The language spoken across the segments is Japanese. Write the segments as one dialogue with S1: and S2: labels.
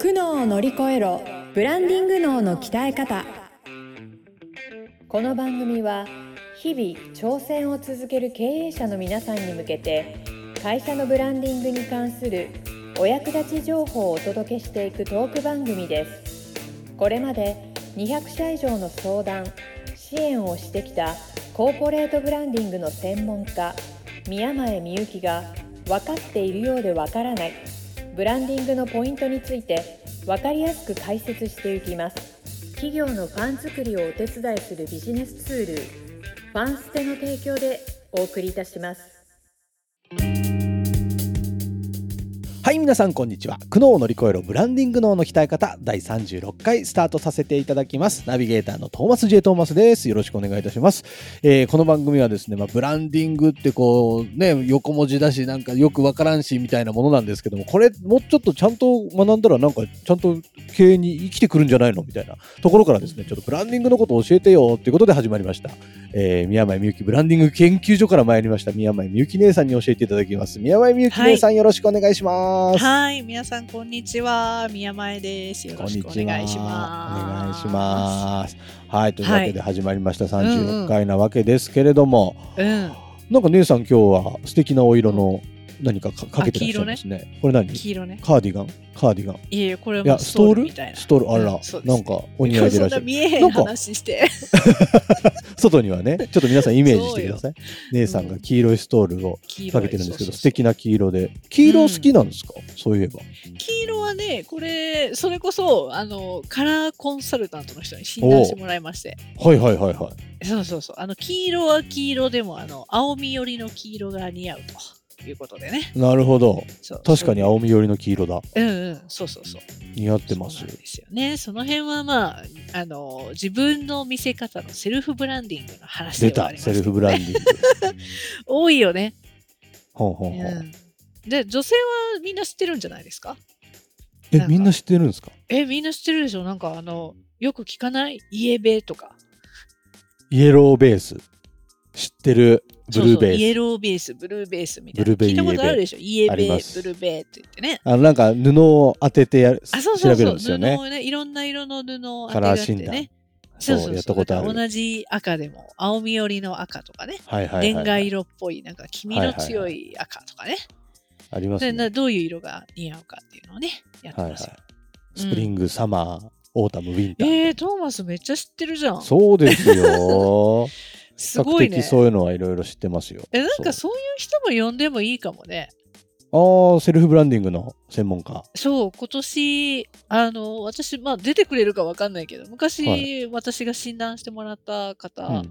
S1: 苦悩を乗り越えろブランディング脳の鍛え方この番組は日々挑戦を続ける経営者の皆さんに向けて会社のブランディングに関するお役立ち情報をお届けしていくトーク番組ですこれまで200社以上の相談支援をしてきたコーポレートブランディングの専門家宮前美幸が分かっているようで分からないブランディングのポイントについて分かりやすく解説していきます企業のファン作りをお手伝いするビジネスツールファンステの提供でお送りいたします
S2: はい皆さんこんにちは苦悩を乗り越えろブランディング脳の鍛え方第36回スタートさせていただきますナビゲーターのトーマス J トーマスですよろしくお願いいたします、えーこの番組はですね、まあ、ブランディングってこうね横文字だしなんかよくわからんしみたいなものなんですけどもこれもうちょっとちゃんと学んだらなんかちゃんと経営に生きてくるんじゃないのみたいなところからですねちょっとブランディングのことを教えてよっていうことで始まりました、えー宮前みゆきブランディング研究所から参りました宮前みゆき姉さんに教えていただきます宮前みゆき姉さん、よろしくお願いします
S3: はい、皆さんこんにちは、宮前です。よろしくお願いします。
S2: お願いします。はい、というわけで始まりました36回なわけですけれども、
S3: す。うん、
S2: なんか姉さん今日は素敵なお色の何かかかけてらっしゃいますね。これ何？
S3: 黄色ね。
S2: カーディガン？カーディガン？
S3: いやいや、これ
S2: いや
S3: も
S2: ストール？
S3: みたいな。
S2: ストールあら、
S3: うんそうです
S2: なんかお似合いでいらっしゃ
S3: そんな
S2: る。
S3: 見えへ
S2: なんんか
S3: 話して。
S2: 外にはね、ちょっと皆さんイメージしてください。姉さんが黄色いストールを
S3: 黄
S2: かけてるんですけど、
S3: そうそうそう
S2: 素敵な黄色で、黄色好きなんですか？そういえば。
S3: 黄色はね、これ、それこそ、あの、カラーコンサルタントの人に診断してもらいまして。
S2: はいはいはいはい。
S3: そうそうそう。あの、黄色は黄色でも、あの、青み寄りの黄色が似合うということでね。
S2: なるほど。
S3: そう
S2: 確かに。青みよりの黄色だ。
S3: うんうん、そうそうそう。
S2: 似合ってま
S3: そ
S2: す
S3: うな。んですよね。その辺はまあ、あの、自分の見せ方のセルフブランディングの話
S2: 出
S3: ではあ
S2: た
S3: りま
S2: セ
S3: すけど
S2: ルフブラン ディング。
S3: 多いよね。
S2: ほんほ
S3: うん
S2: ほん。
S3: ん。で、女性はみんな知ってるんじゃないですか
S2: え
S3: なんか
S2: みんな知ってるんですか
S3: え、みんな知ってるでしょなんかあの、よく聞かないイエベとか。
S2: イエローベース知ってるブルーベ
S3: そうそうイエ
S2: ース
S3: ローベース、ブルーベースみたいな。
S2: ブルーベイ
S3: 聞いたことあるでしょイエ
S2: あり
S3: ベ、ブル
S2: ます
S3: ーベって言ってね。
S2: あのなんか布を当ててやる
S3: あ、そうそう
S2: 調べるん
S3: そう。
S2: ですよ
S3: 布
S2: ね
S3: をね、いろんな色の布を当
S2: カ
S3: てが
S2: ラ
S3: っ
S2: ー
S3: て
S2: 診断
S3: ね。そう
S2: そ
S3: そうう
S2: やっ
S3: そ
S2: た
S3: う。
S2: ことある
S3: だから同じ赤でも、青み寄りの赤とかね。
S2: はいはい
S3: 恋
S2: は
S3: 愛
S2: い
S3: 色っぽい、なんか黄身の強い赤とかね。
S2: あります
S3: でな
S2: ね
S3: どういう色が似合うかっていうのをね、やって
S2: はいは
S3: ま
S2: い
S3: すよ。
S2: スプリングサマーオータムウィンター
S3: えー、トーマスめっちゃ知ってるじゃん。
S2: そうですよ比
S3: す
S2: 較
S3: ごいね
S2: 的。そういうのはいろいろ知ってますよ
S3: えなんかそういう人も呼んでもいいかもね。
S2: そうああセルフブランディングの専門家
S3: そう、今年、あの、私、まあ、出てくれるかわかんないけど、昔、
S2: は
S3: 私が診断してもらった方、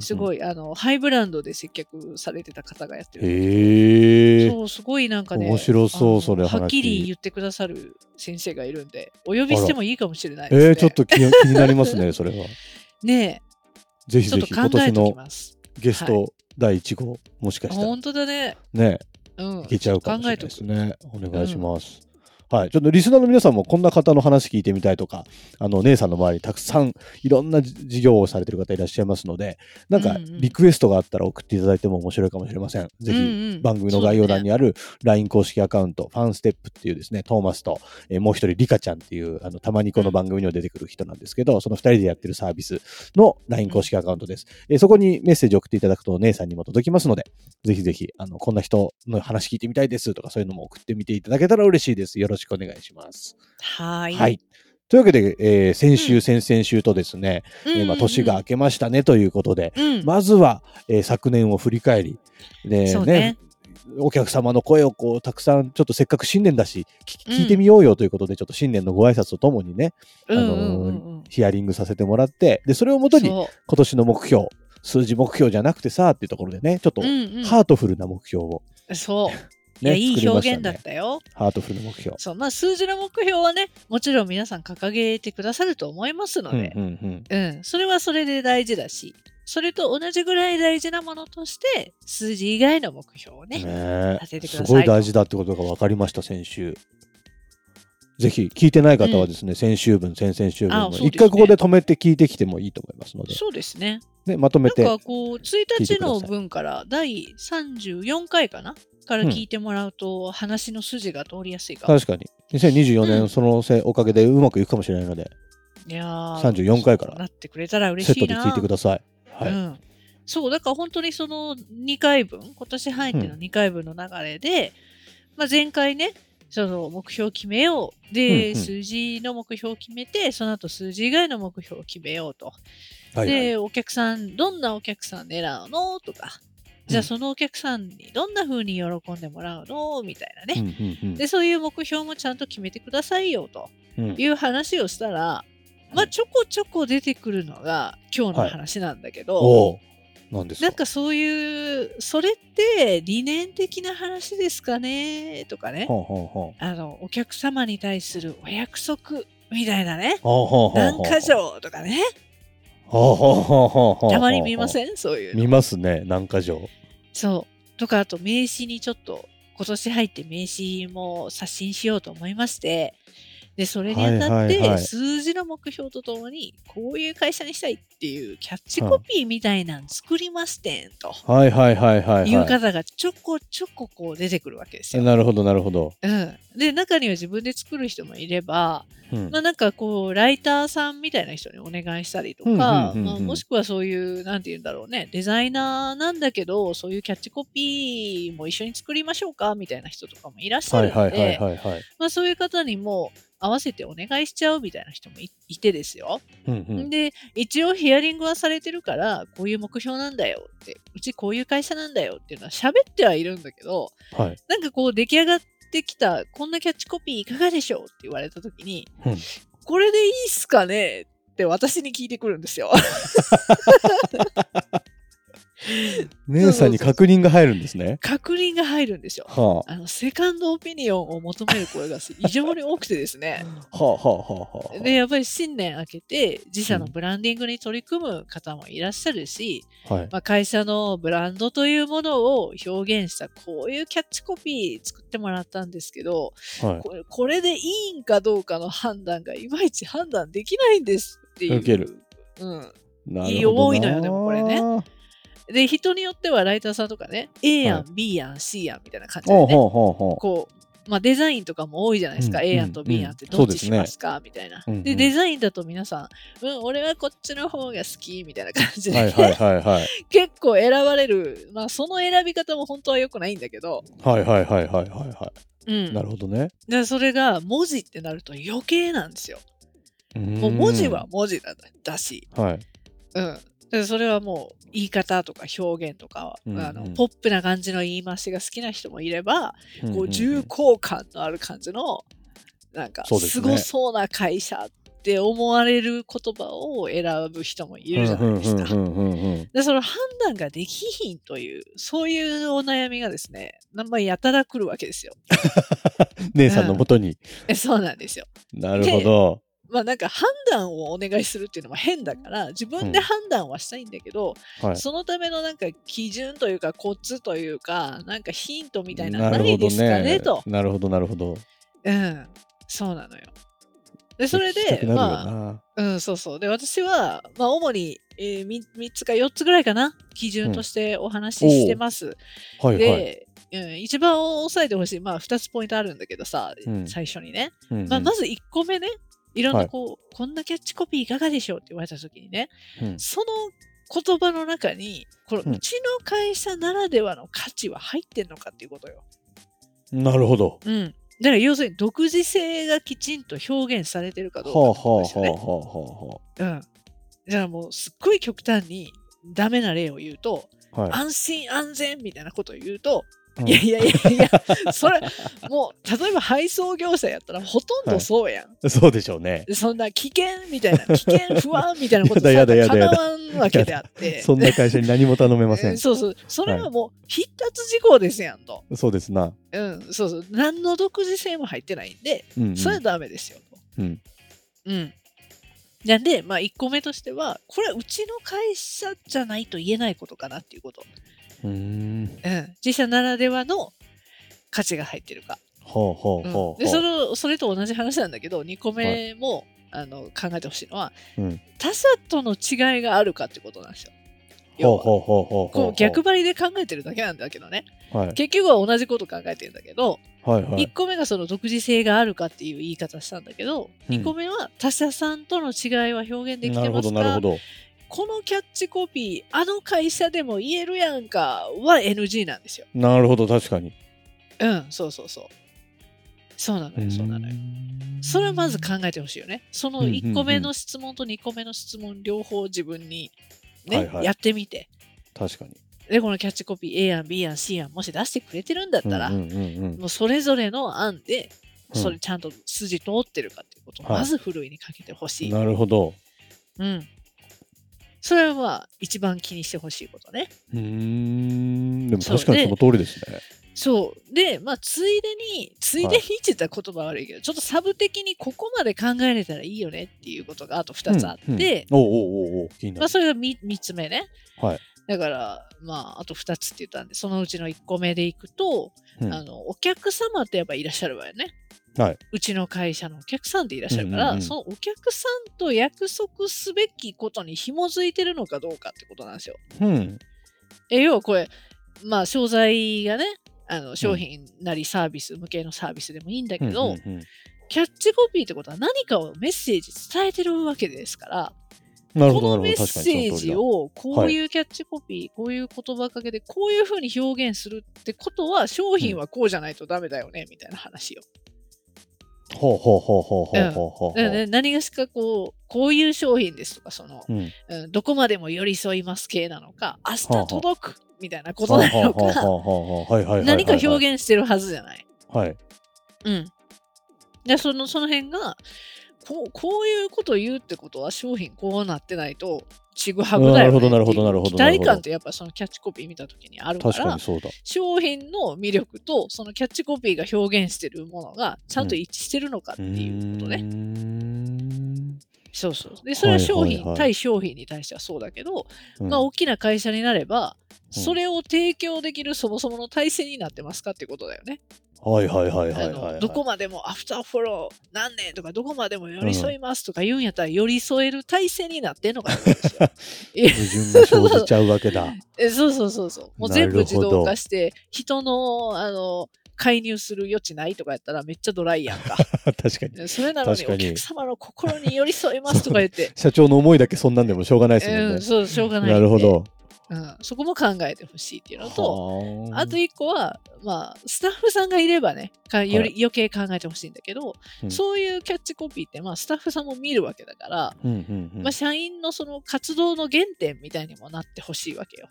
S3: す
S2: い
S3: ごい、あの、ハイブランドで接客されてた方がやってる。
S2: へえ
S3: そう、すごいなんかね、
S2: 面白そう
S3: あの
S2: それ話
S3: はっきり言ってくださる先生がいるんで、お呼びしてもいいかもしれないです、ね。
S2: えーちょっと気に気になりますねそれは
S3: ね
S2: ぜ
S3: え、
S2: ひ
S3: ちょっ
S2: ぜ
S3: と
S2: ひ今
S3: 考え
S2: 年
S3: ておき
S2: の
S3: ます。
S2: ゲスト第1号もしかしたら
S3: 本当だね。
S2: ね
S3: うん。
S2: いけちゃうかもしれ
S3: 考
S2: な
S3: え
S2: い
S3: と
S2: で
S3: く
S2: すね。お願いします。はい、ちょっとリスナーの皆さんもこんな方の話聞いてみたいとかあの姉さんの周りにたくさんいろんなじ事業をされてる方いらっしゃいますのでなんか
S3: うんうん
S2: リクエストがあったら送っていただいても面白いかもしれません。ぜひ
S3: ひ
S2: 番組の概要欄に
S3: あ
S2: ある LINE 公式アカウント、ファンステップっていうですね、トーマスと、えーもう一人リカちゃんっていう、あの、たまにこの番組にも出てくる人なんですけど、その二人でやってるサービスの LINE 公式アカウントです。えーそこにメッセージ送っていただくと、姉さんにも届きますので、ぜひぜひ、あの、こんな人の話聞いてみたいですとか、そういうのも送ってみていただけたら嬉しいです。よろしくお願いします。
S3: はーい、
S2: はい。というわけで、えー先週、
S3: う
S2: 先々週とですね、
S3: うんうんうん
S2: えーまあ年が明、けましたねということで、
S3: うん
S2: まずは、えー昨年を振り返り、で
S3: そう
S2: ね
S3: ね、
S2: お客様の声をこうたくさんちょっとせっかく新年だし聞
S3: うん
S2: 聞いてみようよということで、ちょっと新年のご挨拶とともにね
S3: うんうん
S2: あ
S3: うんうん
S2: ヒアリングさせてもらってでそれをもとに今
S3: そう
S2: 年の目標数字目標じゃなくてさっていうところでねちょっと
S3: うんうん
S2: ハートフルな目標を、
S3: そう、
S2: ね
S3: いやいい
S2: 作
S3: 表
S2: りま
S3: 現
S2: した
S3: だ
S2: ね
S3: ったよ。
S2: ハートフルな目標。
S3: そうまあ、数字の目標はね、もちろん皆さん掲げてくださると思いますの
S2: うん
S3: で、
S2: うんうん
S3: うんそれはそれで大事だし、それと同じぐらい大事なものとして、数字以外の目標をね、
S2: ね
S3: 当ててく
S2: す
S3: ださい
S2: ごい大事だってことが分かりました先週ぜひ聞いてない方はですね、先週分先々週分
S3: あ
S2: も
S3: そうですね
S2: 一回ここで止めて聞いてきてもいいと思いますので、
S3: そうですね。
S2: ね、まとめ
S3: なん
S2: て
S3: かこう、1日の分から第34回かなから聞いてもらうと、話の筋が通りやすいかも。
S2: 確かに。2024
S3: うん
S2: 年、そのせいおかげでうまくいくかもしれないので、
S3: いやー
S2: 34回から
S3: そうなってくれたら嬉
S2: セッ
S3: し
S2: ト
S3: い
S2: で
S3: な。
S2: 聞いてください。は
S3: う
S2: い。
S3: ん、そうだから本当にその2回分今年入っての2回分の流れで、まあ、前回ねその目標を決めようで、
S2: うんうん
S3: 数字の目標を決めてその後数字以外の目標を決めようと、
S2: はいはい。
S3: でお客さんどんなお客さん狙うのとかじゃ
S2: うん
S3: あそのお客さんにどんな風に喜んでもらうのみたいな
S2: う
S3: ね、
S2: んうん
S3: でそういう目標もちゃんと決めてくださいよと
S2: うんうん
S3: いう話をしたら、まあ、ちょこちょこ出てくるのが今日の話なんだけど、
S2: おお。なんです
S3: なん
S2: か
S3: かそういう、それって理念的な話ですかねとかね、
S2: ほんほんほん。
S3: あの、お客様に対するお約束みたいなね、
S2: ほんほんほんほ
S3: 何
S2: ん
S3: 箇条とかね、
S2: ほんほんほんほんほん。
S3: たまに見ま
S2: ん
S3: せんそういうの。
S2: 見ますね、何か条。
S3: そう。とか、あと名刺にちょっと、今年入って名刺も刷新しようと思いまして、で、それにあたっ
S2: はいはいは
S3: て、
S2: い
S3: 数字の目標とともに、こういう会社にしたいっていうキャッチコピーみたいなの作りましてんと。
S2: はいはいはいはい
S3: いう
S2: は
S3: 方がちょこちょここう出てくるわけです
S2: い。
S3: よ。
S2: なるほどなるほど。
S3: うん、で中には自分で作る人もいれば、
S2: うん
S3: まあ、なんかこうライターさんみたいな人にお願いしたりとか、
S2: うんうん
S3: まあ
S2: うんうん
S3: もしくはそういうなんて言うんだろうねデザイナーなんだけどそういうキャッチコピーも一緒に作りましょうかみたいな人とかもいらっしゃ
S2: は
S3: る
S2: いはい
S3: の
S2: はい
S3: で
S2: はいはい。
S3: まあそういう方にも合わせてお願いしちゃうみたいな人もいいてですよ。
S2: うんうん
S3: で一応ヒアリングはされてるからこういう目標なんだよってうちこういう会社なんだよっていうのは喋ってはいるんだけど、
S2: はい
S3: なんかこう出来上がってきたこんなキャッチコピーいかがでしょうって言われた時に、
S2: うん
S3: これでいいっすかねって私に聞いてくるんですよ。
S2: 姉さんに確認が入るんですね。
S3: 確認が入るんですよ。
S2: は
S3: あのセカンドオピニオンを求める声が異常に多くてですね。
S2: あはあはあはあはあ。
S3: でやっぱり新年明けて自社のブランディングに取り組む方もいらっしゃるし、
S2: はい。
S3: まあ、会社のブランドというものを表現したこういうキャッチコピー作ってもらったんですけど
S2: は
S3: これこれでいいんかどうかの判断がいまいち判断できないんですっていう。
S2: 受ける
S3: うん、
S2: い。なるほどない
S3: いよ多いのよでもこれね。で人によってはライターさんとかね A やん、
S2: は
S3: B やん C やんみたいな感じ
S2: ほ
S3: で
S2: う
S3: ね
S2: ほうほうほ
S3: こう、まあ、デザインとかも多いじゃないですか、
S2: うん
S3: A 案と B 案ってどっちしますか、みたいな、
S2: うんうん
S3: でデザインだと皆さん、うん、俺はこっちの方が好きみたいな感じ
S2: う。
S3: でね、
S2: はいはいはいはい。
S3: 結構選ばれる、まあ、その選び方も本当は良くないんだけど、
S2: はいはいはいはいはいは
S3: う
S2: い。
S3: ん
S2: なるほどね。
S3: でそれが文字ってなると余計なんですよ。
S2: も
S3: もう文字は。文字なんだだし、
S2: はい。
S3: うん、でそれはもう言い方とか表現とか、
S2: うんうん
S3: あのポップな感じの言い回しが好きな人もいれば、こう
S2: 十
S3: 重厚感のある感じのなんか
S2: そうですすね
S3: ごそうな会社って思われる言葉を選ぶ人もいるじゃないですか。
S2: か。
S3: で、その判断ができひんという、そういうお悩みがですね、なんまやたら来るわけですよ。
S2: 姉さんのもとに。
S3: えそうなんですよ。
S2: なるほど。
S3: まあなんか判断をお願いするっていうのも変だから、自分で判断はしたいんだけど、
S2: はい。
S3: そのためのなんか基準というかコツというか、なんかヒントみたいなの
S2: な
S3: な
S2: るほ
S3: い
S2: ど
S3: ですかねと。
S2: なるほどなるほど。
S3: うん。そうなのよ。で、それ
S2: 聞きた
S3: で、
S2: くなるよ
S3: まあ、
S2: な
S3: うん、そうそう。で、私は、まあ、主に、えー、み3つか4つぐらいかな、基準としてお話ししてます。
S2: はいはい。
S3: で、うん、一番押さえてほしい、まあ、2つポイントあるんだけどさ、
S2: うん
S3: 最初にね、
S2: うんうん
S3: まあ、まず1個目ねいろん
S2: は
S3: ないこう、こんなキャッチコピーいかがでしょうって言われた時にね
S2: うん
S3: その言葉の中にこの
S2: うん
S3: うちの会社ならではの価値は入ってんのかっていうことよ。
S2: なるほど。
S3: うん、だから要するに独自性がきちんと表現されてるか
S2: は
S3: どう
S2: あは
S3: かってことですよ
S2: あはあは
S3: ね。うん、だからもうすっごい極端にダメな例を言うと、
S2: あはあはあ。はい。
S3: 安心安全みたいなことを言う
S2: う
S3: と、
S2: ん
S3: いやいやいや いや、それ、もう、例えば配送業者やったらほとんどそうやん。
S2: そうでしょうね。
S3: そんな危険みたいな、危険、不安みたいなことさ、
S2: やだやだ
S3: か
S2: やだ
S3: なわんわけで あって。
S2: そんな会社に何も頼めませ
S3: うんん。そうそう。それはもう、必達事項ですやんと。
S2: そうですな。
S3: うん、そうそう。何の独自性も入ってないんで、
S2: うんうん
S3: それはダメですよと。
S2: うん
S3: うん。なんで、まあ、1個目としては、これはうちの会社じゃないと言えないことかなっていうこと。
S2: うーん。
S3: うん、自社ならではの価値が入ってるか。
S2: ほうほうほうほう。
S3: でそのそれと同じ話なんだけど2個目も、あの考えてほしいのは、
S2: うん
S3: 他者との違いがあるかってことなんですよ。
S2: ほ
S3: 要
S2: う
S3: は
S2: ほうほうほうほう
S3: こう逆張りで考えてるだけなんだけどね
S2: はい
S3: 結局は同じこと考えてるんだけど、
S2: はいはい
S3: 1個目がその独自性があるかっていう言い方したんだけど、
S2: うん
S3: 2個目は他社さんとの違いは表現でき
S2: な
S3: て
S2: るほ
S3: ま
S2: ど
S3: す
S2: なる
S3: か
S2: ほど
S3: このキャッチコピーあの会社でも言えるやんかは NG なんですよ
S2: なるほど確かに
S3: うんそうそうそうそうなのよそうなのよそれはまず考えてほしいよねその
S2: うんうんうん
S3: 1個目の質問と2個目の質問両方自分にね、
S2: はいはい
S3: やってみて
S2: 確かに
S3: でこのキャッチコピー A 案 B 案 C 案もし出してくれてるんだったら、
S2: うんうんうんうん
S3: もうそれぞれの案で
S2: うん
S3: それちゃんと筋通ってるかっていうことを
S2: はい
S3: まずふるいにかけてほしい、
S2: なるほど
S3: うん、それは一番気にしてほしいことね
S2: うーんでも
S3: そう
S2: 確かに
S3: で
S2: その通りですね
S3: そうでまあついでについでにって言ったら言葉悪いけど、ちょっとサブ的にここまで考えれたらいいよねっていうことがあと2つあって、
S2: うんうんおうおうおうおう気にな
S3: まあ、
S2: る
S3: それが 3, つ目ね、
S2: はい
S3: だからまああと2つって言ったんでそのうちの1個目でいくと、
S2: うん
S3: あのお客様ってやっぱいらっしゃるわよね、
S2: はいう
S3: ちの会社のお客さんっていらっしゃるから、
S2: うんうんうん
S3: そのお客さんと約束すべきことに紐づいてるのかどうかってことなんですよ。
S2: うん
S3: え要はこれまあ商材がねあの商品なりサービス向けのサービスでもいいんだけど、
S2: うんうんうん
S3: キャッチコピーってことは何かをメッセージ伝えてるわけですから、
S2: なるほ
S3: こ
S2: ど
S3: の
S2: な
S3: メ
S2: る
S3: ッ
S2: ほど確か
S3: セ
S2: に
S3: ー
S2: その通り
S3: ジ
S2: だ
S3: をこういうキャッチコピー、こういう言葉かけでこういうふうに表現するってことは商品はこうじゃないとダメだよね、みたいな話よ。
S2: ほうほうほうほうほうほうほうほう
S3: だからね何がしかこうこういう商品ですとかその、
S2: うん
S3: うんどこまでも寄り添います系なのか明日
S2: はあはあ
S3: 届くみたいなことなの
S2: ほうほう
S3: か
S2: ほうほうほうはいはいはいはいはい
S3: 何か表現してるはずじゃない。
S2: はい
S3: うん、でそのその辺がこうこういうことを言うってことは商品こうなってないとちぐはぐだよ、ねっていう、
S2: なるほどなるほどなるほど
S3: 期待感ってやっぱそのキャッチコピー見た時にあるか
S2: 確からにそうだ
S3: 商品の魅力とそのキャッチコピーが表現してるものがちゃんと一致してるのかっていうことね、
S2: うーん
S3: そうそうでそれは
S2: は
S3: 商品、
S2: いはいはい
S3: 対商品に対してはそうだけど、
S2: うん
S3: まあ、大きな会社になれば
S2: うん
S3: それを提供できるそもそもの体制になってますかってことだよね。
S2: はいはいはいはい
S3: あ
S2: はいは
S3: の
S2: い
S3: どこまでもアフターフォロー何年とかどこまでも寄 り添いますとか言うんやったら寄り添える体制になってんのかないや
S2: 矛盾が生じちゃうわけだ
S3: えそうそうそうそうもう全部
S2: なる
S3: 自
S2: ほど
S3: 動化して人のあの介入する余地ないとかやったらめっちゃドライや んか
S2: 確かに
S3: それなのに
S2: 確か
S3: お
S2: に
S3: 客様の心に寄り添いますとか言って、
S2: 社長の思いだけ そんなんでもしょうがないですも
S3: うんん、
S2: ね
S3: そうしょうがないんで
S2: なるほど
S3: うん、そこも考えてほしいっていうのと、
S2: は
S3: あと一個は、まあ、スタッフさんがいればね、かより余計考えてほしいんだけど、
S2: うん
S3: そういうキャッチコピーって、まあ、スタッフさんも見るわけだから、
S2: うんうんうん
S3: まあ、社員のその活動の原点みたいにもなってほしいわけよ。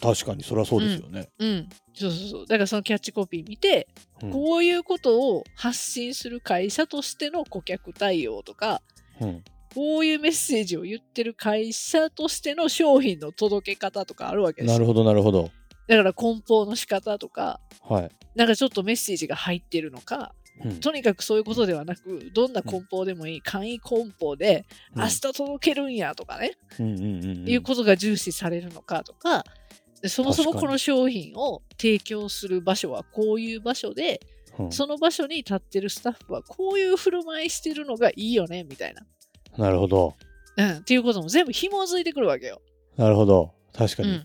S2: 確かにそりゃそうですよね
S3: うん。そうそうそう。だからそのキャッチコピー見て、
S2: うん
S3: こういうことを発信する会社としての顧客対応とか、
S2: うん
S3: こういうメッセージを言ってる会社としての商品の届け方とかあるわけです
S2: な
S3: よ。
S2: るほどなるほど
S3: だから梱包の仕方とか、
S2: はい
S3: なんかちょっとメッセージが入ってるのか、
S2: うん
S3: とにかくそういうことではなく、どんな梱包でもいい、簡易梱包で、
S2: うん
S3: 明日届けるんやとかね、
S2: うんうんうんうん
S3: いうことが重視されるのかとか、でそもそも
S2: 確かに
S3: この商品を提供する場所はこういう場所で、
S2: うん
S3: その場所に立ってるスタッフはこういう振る舞いしてるのがいいよね、みたいな。
S2: なるほど
S3: うん、っていうことも全部紐づいてくるわけよ。
S2: なるほど確か
S3: う
S2: に
S3: ん、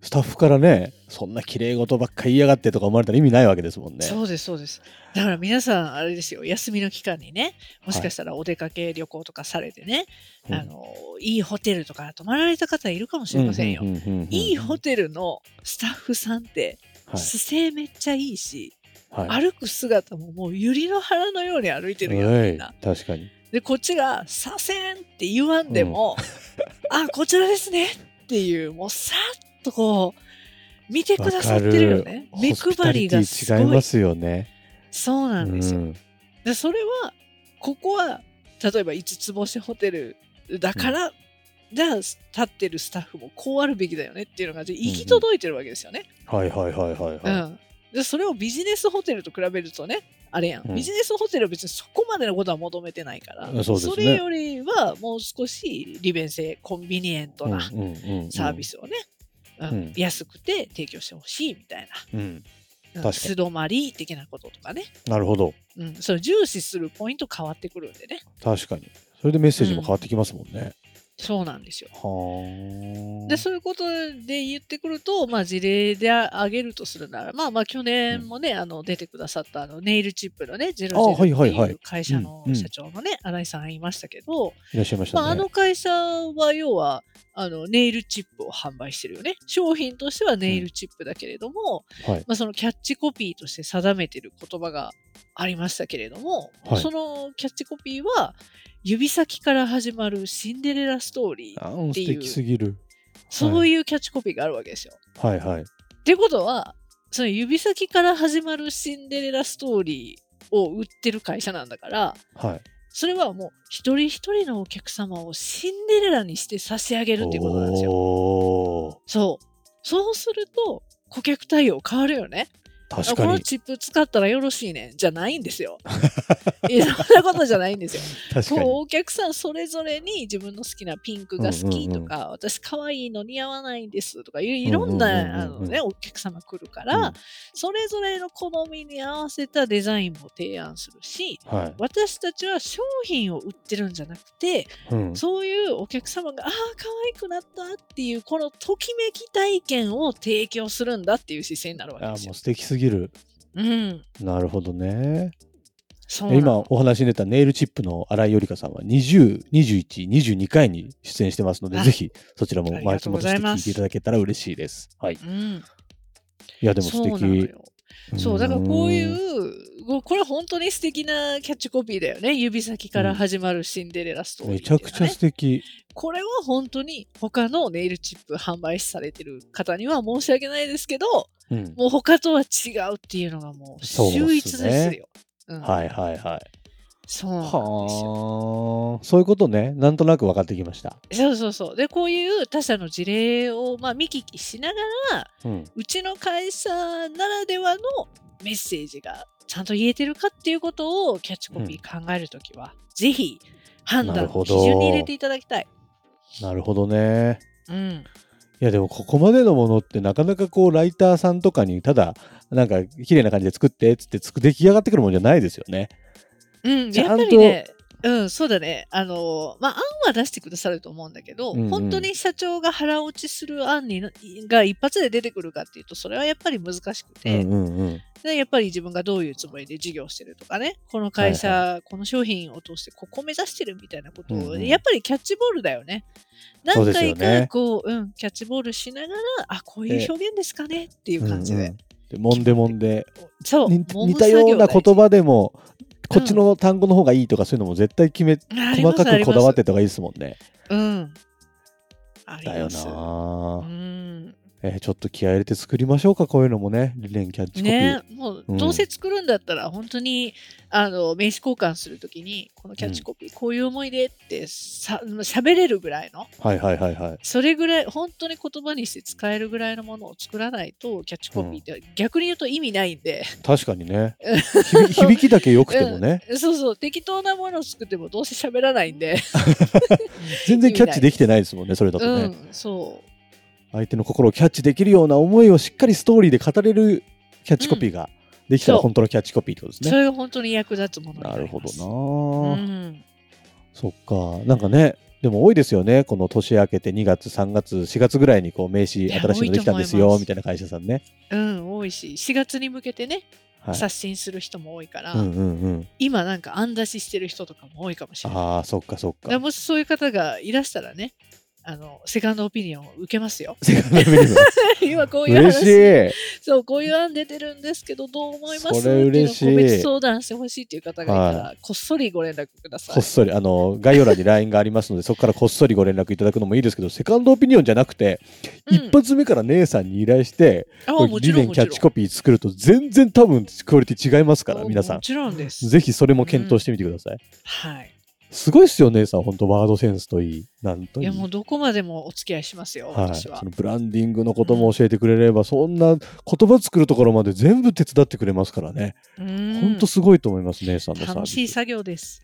S2: スタッフからねそんな綺麗事ばっか言いやがってとか思われたら意味ないわけですもんね
S3: そうです、そうです。だから皆さん、あれですよ、休みの期間にね、もしかしたらお出かけ、旅行とかされてね、
S2: うん
S3: あの、いいホテルとか泊まられた方いるかもしれませんよ。
S2: ううううんうん
S3: いいホテルのスタッフさんって
S2: はい
S3: 姿勢めっちゃいいし、
S2: はい
S3: 歩く姿ももう百合の腹のように歩いてるよ
S2: は
S3: み
S2: い
S3: んな。
S2: 確かに
S3: でこっちが「左遷」って言わんでも「 あこちらですね」っていうもうさっとこう見てくださってるよね
S2: わか。る
S3: 目配りが
S2: ホスピ
S3: す
S2: タリティ違い
S3: ごい
S2: ま。すよね
S3: そうなんですよ。
S2: うん
S3: でそれはここは例えば5つ星ホテルだから、じゃあ立ってるスタッフもこうあるべきだよねっていうのが行き届いてるわけですよね。
S2: はいはいはいはいはい、
S3: うん、でそれをビジネスホテルと比べるとねあれやん、
S2: うん
S3: ビジネスホテルは別にそこまでのことは求めてないから
S2: うんそうですね
S3: れよりはもう少し利便性コンビニエントなサービ
S2: ス、
S3: スをね、うん
S2: うん
S3: 安くて提供してほしいみたい
S2: うん、確
S3: な、
S2: かに
S3: うん、素泊まり的なこととかね、
S2: なるほど
S3: うん、その重視するポイント変わってくるんでね
S2: 確かにそれでメッセージも変わってきますもんね、
S3: そうなんですよ。
S2: はあ。
S3: でそういうことで言ってくると、まあ、事例で挙げるとするなら、まあ、まあ去年もね、あの出てくださったあのネイルチップのね、ジェ
S2: あ
S3: ロジェロ
S2: は
S3: っ
S2: い
S3: て
S2: はいはい
S3: いう会社の
S2: うんうん
S3: 社長のね、新井さんいましたけど、
S2: いらっしゃいましたね。
S3: まあ、あの会社は要はあのネイルチップを販売してるよね。商品としてはネイルチップだけれども、
S2: はい
S3: まあ、そのキャッチコピーとして定めてる言葉がありましたけれども、
S2: はい
S3: そのキャッチコピーは指先から始まるシンデレラストーリー、
S2: あー
S3: って
S2: 素
S3: いう
S2: 敵すぎる。
S3: そういうキャッチコピーがあるわけですよ。
S2: はいはい。
S3: ってことは、その指先から始まるシンデレラストーリーを売ってる会社なんだから、
S2: はい。
S3: それはもう一人一人のお客様をシンデレラにして差し上げるっていうことなんですよ。
S2: おー
S3: そう。そうすると顧客対応変わるよね。
S2: 確
S3: あ
S2: か
S3: この
S2: に。
S3: チップ使ったらよろしいねんじゃないんですよ。 いやそんなことじゃないんですよ。
S2: 確か
S3: こ
S2: に。
S3: うお客さんそれぞれに自分の好きなピンクが好きとか、私可愛いの似合わないんですとかいういろん
S2: うんうんうんうん
S3: なあのねお客様来るから、それぞれの好みに合わせたデザインも提案するし
S2: うんはい。
S3: 私たちは商品を売ってるんじゃなくて
S2: うん
S3: そういうお客様がああ可愛くなったっていうこのときめき体験を提供するんだっていう姿勢になるわけ
S2: あ
S3: で
S2: ー
S3: す
S2: も
S3: よ
S2: う。素敵すぎる。
S3: うん、
S2: なるほどね。
S3: そうなの
S2: 今お話に出たネイルチップの新井よりかさんは20、21、22回に出演してますので、
S3: あ
S2: ぜひそちらも
S3: あり
S2: 巻
S3: が
S2: き
S3: とうご
S2: 戻し
S3: ざ
S2: て
S3: いま
S2: 聞い
S3: す
S2: ていただけたら嬉しいです。はい。
S3: うん、
S2: いや、でも
S3: そ
S2: 素
S3: うなの
S2: 敵。
S3: よ。そうだからこういううここれ本当に素敵なキャッチコピーだよね指先から始まるシンデレラスト
S2: ー
S3: ー
S2: ん。
S3: リー
S2: め
S3: っ
S2: ち
S3: てい
S2: ゃく
S3: うのはね、
S2: ちゃ素敵。
S3: これは本当に他のネイルチップ販売されてる方には申し訳ないですけど
S2: うん。
S3: もう他とは違うっていうのがもう
S2: そうっすね
S3: 秀逸ですよ。うん
S2: はいはいはい。
S3: そうなんですよ。
S2: はあ。そういうことね。なんとなく分かってきました。
S3: そうそうそう。で、こういう他社の事例を、まあ、見聞きしながら、
S2: うん。
S3: うちの会社ならではのメッセージがちゃんと言えてるかっていうことをキャッチコピー考えるときは、ぜひ判
S2: な
S3: 断
S2: るほ
S3: の
S2: ど
S3: 基準に入れていただきたい。
S2: なるほどね。
S3: うん。
S2: いやでもここまでのものってなかなかこうライターさんとかにただなんか綺麗な感じで作ってっつってつく出来上がってくるもんじゃないですよね。
S3: うん、
S2: ちゃんと
S3: やっぱりね、うん、そうだね。あの、まあ、案は出してくださると思うんだけど、
S2: うんうん
S3: 本当に社長が腹落ちする案にが一発で出てくるかっていうと、それはやっぱり難しくて、
S2: うんうんうん。
S3: でやっぱり自分がどういうつもりで事業してるとかねこの会社、
S2: は
S3: この商品を通してここ目指してるみたいなことを、
S2: うんうん
S3: やっぱりキャッチボールだよね
S2: そう
S3: 何
S2: です
S3: 回
S2: よね
S3: かこううん、キャッチボールしながらあこういう表現ですかねっていう感じ
S2: うんう
S3: で
S2: ん、でもんでもんで
S3: そう
S2: に
S3: 揉む
S2: 似たような言葉でもこっちの単語の方がいいとかそういうのも絶対決め
S3: 作業大事
S2: 細か
S3: あ
S2: く
S3: ります
S2: こだわってた方がいいですもんね。
S3: うんあり
S2: だよ
S3: ますう
S2: な、
S3: ん
S2: えーちょっと気合い入れて作りましょうかこういうのもね理念キャッチコピー。
S3: ねもう
S2: うん
S3: どうせ作るんだったら本当に、あの名刺交換するときにこのキャッチコピー、こういう思い出ってさ喋れるぐらいの
S2: はいはいはいはい。
S3: それぐらい本当に言葉にして使えるぐらいのものを作らないとキャッチコピーって逆に言うと意味ないんで、
S2: 確かにね響き響きだけ良くてもね
S3: そうそう適当なものを作ってもどうせ喋らないんで、
S2: 全然キャッチできてないですもんねそれだと
S3: う
S2: ね。
S3: んそう
S2: 相手の心をキャッチできるような思いをしっかりストーリーで語れるキャッチコピーができたら
S3: そう
S2: 本当のキャッチコピーってことです
S3: そ
S2: ね。
S3: れが本当に役立つものにな
S2: なる
S3: り
S2: ほ
S3: ま
S2: ど
S3: す
S2: な、
S3: うん
S2: そっかなんかねでも多いですよねこの年明けて2月3月4月ぐらいにこう名刺
S3: いや
S2: 新しいのできたんです
S3: 多いと思いま
S2: よ
S3: す
S2: みたいな会社さんね。
S3: うん、多いし4月に向けてね、
S2: はい
S3: 刷新する人も多いから、
S2: うんうんうん、
S3: 今なんか案出ししてる人とかも多いかもしれない
S2: ああそっかそっ
S3: だか
S2: か。
S3: らもしそういう方がいらしたらねあのセカンドオピニオンを受けますよ
S2: セカンドオピニオン
S3: 今こういう
S2: 嬉し
S3: 話
S2: い
S3: そう、こういう案出てるんですけど、どう思います
S2: それ嬉しい
S3: ってうのを個別相談してほしいっていう方がいたら、
S2: は
S3: こっそりご連絡くださ
S2: こっ
S3: い。
S2: そりあの概要欄に LINE がありますのでそこからこっそりご連絡いただくのもいいですけどセカンドオピニオンじゃなくて、
S3: うん
S2: 一発目から姉さんに依頼して
S3: あ
S2: これ
S3: もち
S2: 理
S3: ろん、
S2: 念
S3: も
S2: キ
S3: ち
S2: ャ
S3: ろん。
S2: ッチコピー作ると全然多分クオリティ違いますから
S3: あ
S2: 皆さ
S3: もちろんです。
S2: んぜひそれも検討してみてください、
S3: はい。
S2: すごいっすよ姉さん本当ワードセンスといいなんと
S3: い
S2: いい
S3: や、もうどこまでもお付き合いしますよ、
S2: はい、
S3: 私
S2: そ
S3: は。
S2: のブランディングのことも教えてくれれば、そんな言葉作るところまで全部手伝ってくれますからね、
S3: うん
S2: ほんとすごいと思います姉さんのサービス
S3: 楽しい作業です。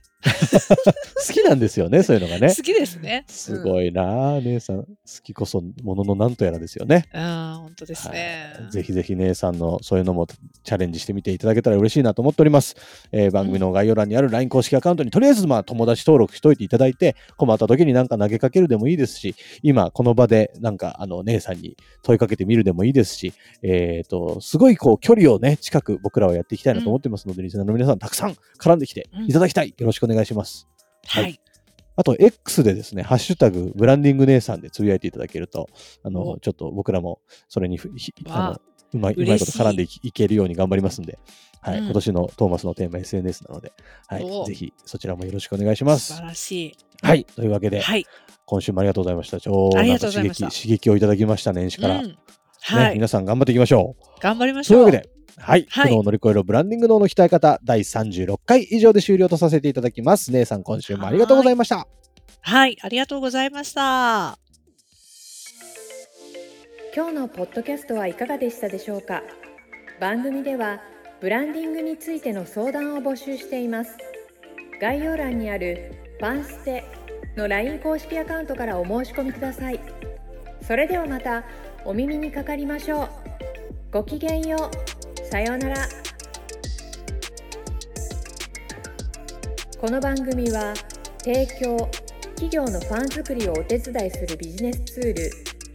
S2: 好きなんですよね、そういうのがね
S3: 好。きですね。
S2: す
S3: い。
S2: ごいなあ、姉さん。好きこそもののなんとやらですよね。
S3: ああ、本当ですね。
S2: はいぜひぜひ姉さんのそういうのもチャレンジしてみていただけたら嬉しいなと思っております。えー番組の概要欄にある LINE 公式アカウントにとりあえずまあ友達登録しといていただいて困った時になんか投げかけるでもいいですし今この場でなんかあの姉さんに問いかけてみるでもいいですし、えー、とすごいこう距離をね近く僕らはやっていきたいなと思ってますので、リスナーの皆さんたくさん絡んできていただきたい、よろしくお願いします。
S3: はい。
S2: はいあと、X でですね、ハッシュタグ、ブランディング姉さんでつぶやいていただけると、あの、
S3: お
S2: ちょっと僕らも、それにふ、ひあ
S3: わ
S2: の
S3: あ
S2: うまい、うまい
S3: 嬉
S2: こ
S3: し
S2: と
S3: い
S2: 絡んでいきいけるように頑張りますんで、はい、
S3: うん
S2: 今年のトーマスのテーマ SNS なので、は
S3: お
S2: い、ぜひそちらもよろしくお願いしま
S3: 素
S2: す
S3: 晴。らし
S2: はい、というわけ
S3: い。
S2: で、
S3: はい。
S2: 今週もありがとうございました。超
S3: あり
S2: なん
S3: がと
S2: か
S3: うござ
S2: 刺
S3: いまし
S2: 激、
S3: た
S2: 刺激をいただきましたね、年始から。
S3: う
S2: ね、
S3: んはい。
S2: 皆さん頑張っていきましょう。
S3: 頑張りまし
S2: とい
S3: ょ
S2: う
S3: う。
S2: わけで、はい、苦
S3: はい
S2: 悩を乗り越えるブランディング脳の鍛え方、第36回以上で終了とさせていただきます。姉さん、今週もありがとうございました。
S3: はい。ありがとうございました。
S1: 今日のポッドキャストはいかがでしたでしょうか番組ではブランディングについての相談を募集しています概要欄にある「ファンステ」の LINE 公式アカウントからお申し込みくださいそれではまたお耳にかかりましょうごきげんようさようならこの番組は提供企業のファン作りをお手伝いするビジネスツールフ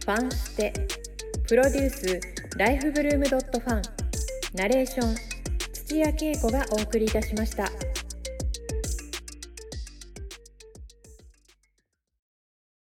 S1: ァンステプロデュースライフブルームドットファンナレーション土屋恵子がお送りいたしました。